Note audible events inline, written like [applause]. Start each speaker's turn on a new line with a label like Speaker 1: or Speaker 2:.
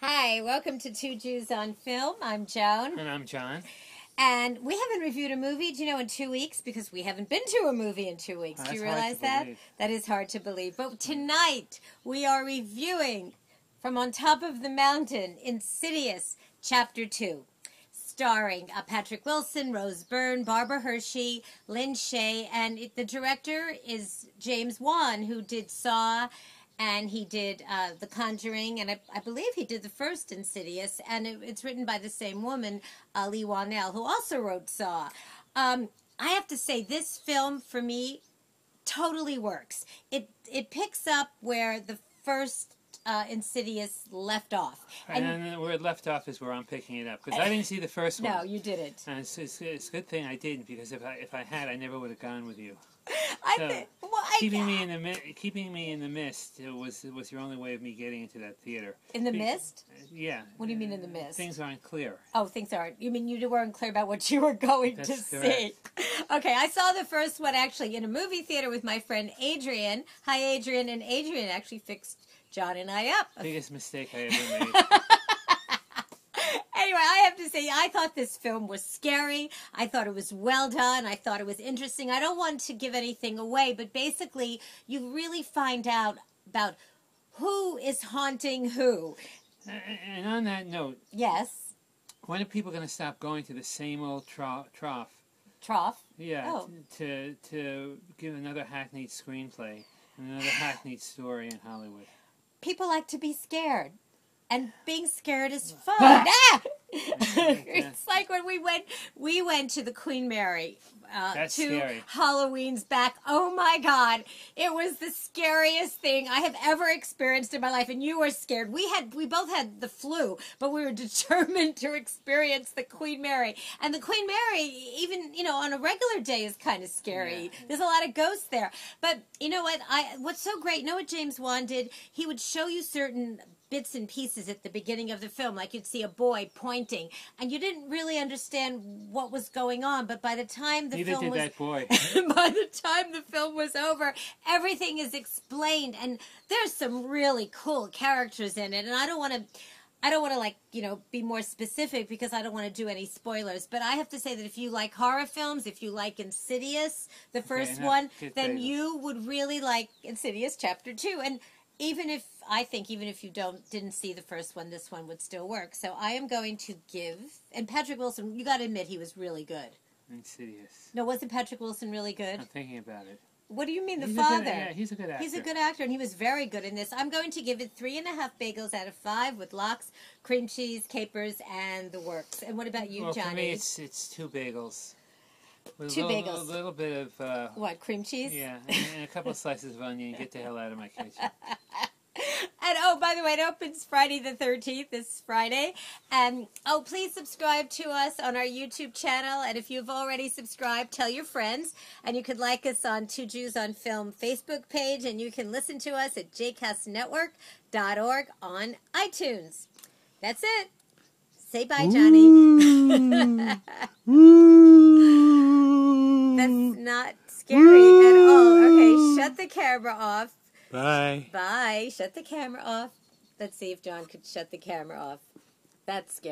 Speaker 1: Hi, welcome to Two Jews on Film. I'm Joan.
Speaker 2: And I'm John.
Speaker 1: And we haven't reviewed a movie, do you know, in two weeks because we haven't been to a movie in two weeks. do
Speaker 2: That's
Speaker 1: you
Speaker 2: hard to
Speaker 1: realize that?
Speaker 2: believe.
Speaker 1: That is hard to believe. But tonight we are reviewing From On Top of the Mountain Insidious Chapter 2, starring uh, Patrick Wilson, Rose Byrne, Barbara Hershey, Lynn Shay, and it, the director is James Wan, who did Saw. And he did uh, The Conjuring, and I, I believe he did the first Insidious, and it, it's written by the same woman, uh, Lee Wanell, who also wrote Saw. Um, I have to say, this film for me totally works. It it picks up where the first uh, Insidious left off.
Speaker 2: And,
Speaker 1: And
Speaker 2: then where it left off is where I'm picking it up because I didn't see the first one.
Speaker 1: no, you
Speaker 2: [laughs]
Speaker 1: didn't.
Speaker 2: And it's, it's, it's a good thing I didn't because if I if I had, I never would have gone with you.
Speaker 1: I
Speaker 2: So,
Speaker 1: thi- well, I,
Speaker 2: Keeping me in the mi- keeping me in the mist was was your only way of me getting into that theater.
Speaker 1: in the
Speaker 2: be-
Speaker 1: mist.
Speaker 2: Uh, Yeah. Uh,
Speaker 1: What do you mean in the mist?
Speaker 2: Things aren't clear.
Speaker 1: Oh, things aren't. You mean you weren't clear about what [laughs] you were going to
Speaker 2: That's
Speaker 1: see? Okay, I saw the first one actually in a movie theater with my friend Adrian. Hi, Adrian, and Adrian actually fixed John and I up.
Speaker 2: Biggest mistake I
Speaker 1: [laughs]
Speaker 2: ever made.
Speaker 1: Anyway, I have to say, I thought this film was scary. I thought it was well done. I thought it was interesting. I don't want to give anything away, but basically, you really find out about who is haunting who.
Speaker 2: A- and on that note,
Speaker 1: Yes,
Speaker 2: when are people going to stop going to the same old tro- trough?
Speaker 1: trough.
Speaker 2: Yeah.
Speaker 1: Oh.
Speaker 2: t- To to give another hackneyed screenplay and another hackneyed story in Hollywood.
Speaker 1: People like to be scared. And being scared is fun.
Speaker 2: [laughs]
Speaker 1: [laughs] Ah! it's like when we went we went to the Queen Mary uh,
Speaker 2: That's
Speaker 1: two
Speaker 2: scary.
Speaker 1: Halloween's back. Oh my God! It was the scariest thing I have ever experienced in my life, and you were scared. We had we both had the flu, but we were [laughs] determined to experience the Queen Mary. And the Queen Mary, even you know, on a regular day, is kind of scary.
Speaker 2: Yeah.
Speaker 1: There's a lot of ghosts there. But you know what? I what's so great? You know what James Wan did? He would show you certain bits and pieces at the beginning of the film like you'd see a boy pointing and you didn't really understand what was going on but by the time the
Speaker 2: Neither
Speaker 1: film
Speaker 2: did
Speaker 1: was [laughs]
Speaker 2: that boy.
Speaker 1: by the time the film was over, everything is explained, and there's some really cool characters in it. And I don't want to, I don't want to like you know be more specific because I don't want to do any spoilers. But I have to say that if you like horror films, if you like Insidious, the first
Speaker 2: enough.
Speaker 1: one,
Speaker 2: Good
Speaker 1: then
Speaker 2: bagels.
Speaker 1: you would really like Insidious Chapter Two. And even if I think even if you don't didn't see the first one, this one would still work. So I am going to give and Patrick Wilson. You got to admit he was really good.
Speaker 2: Insidious.
Speaker 1: No, wasn't Patrick Wilson really good?
Speaker 2: I'm thinking about it.
Speaker 1: What do you mean, the
Speaker 2: He's a good-
Speaker 1: father?
Speaker 2: yeah, he's a good actor.
Speaker 1: He's a good actor, and he was very good in this. I'm going to give it three and a half bagels out of five with lox, cream cheese, capers, and the works. And what about you,
Speaker 2: well,
Speaker 1: Johnny?
Speaker 2: for me, it's it's two bagels. With
Speaker 1: Two
Speaker 2: a little,
Speaker 1: bagels.
Speaker 2: A little bit of uh,
Speaker 1: what cream cheese?
Speaker 2: yeah, and, and a couple of slices of onion. Get the hell out of my kitchen.
Speaker 1: And oh, by the way, it opens Friday the 13th, this Friday. And oh, please subscribe to us on our YouTube channel. And if you've already subscribed, tell your friends. And you can like us on Two Jews on Film Facebook page. And you can listen to us at jcastnetwork.org on iTunes. That's it. Say bye, Johnny. [laughs] That's not scary at all. Okay, shut the camera off.
Speaker 2: Bye.
Speaker 1: Bye. Shut the camera off. Let's see if John could shut the camera off. That's scary.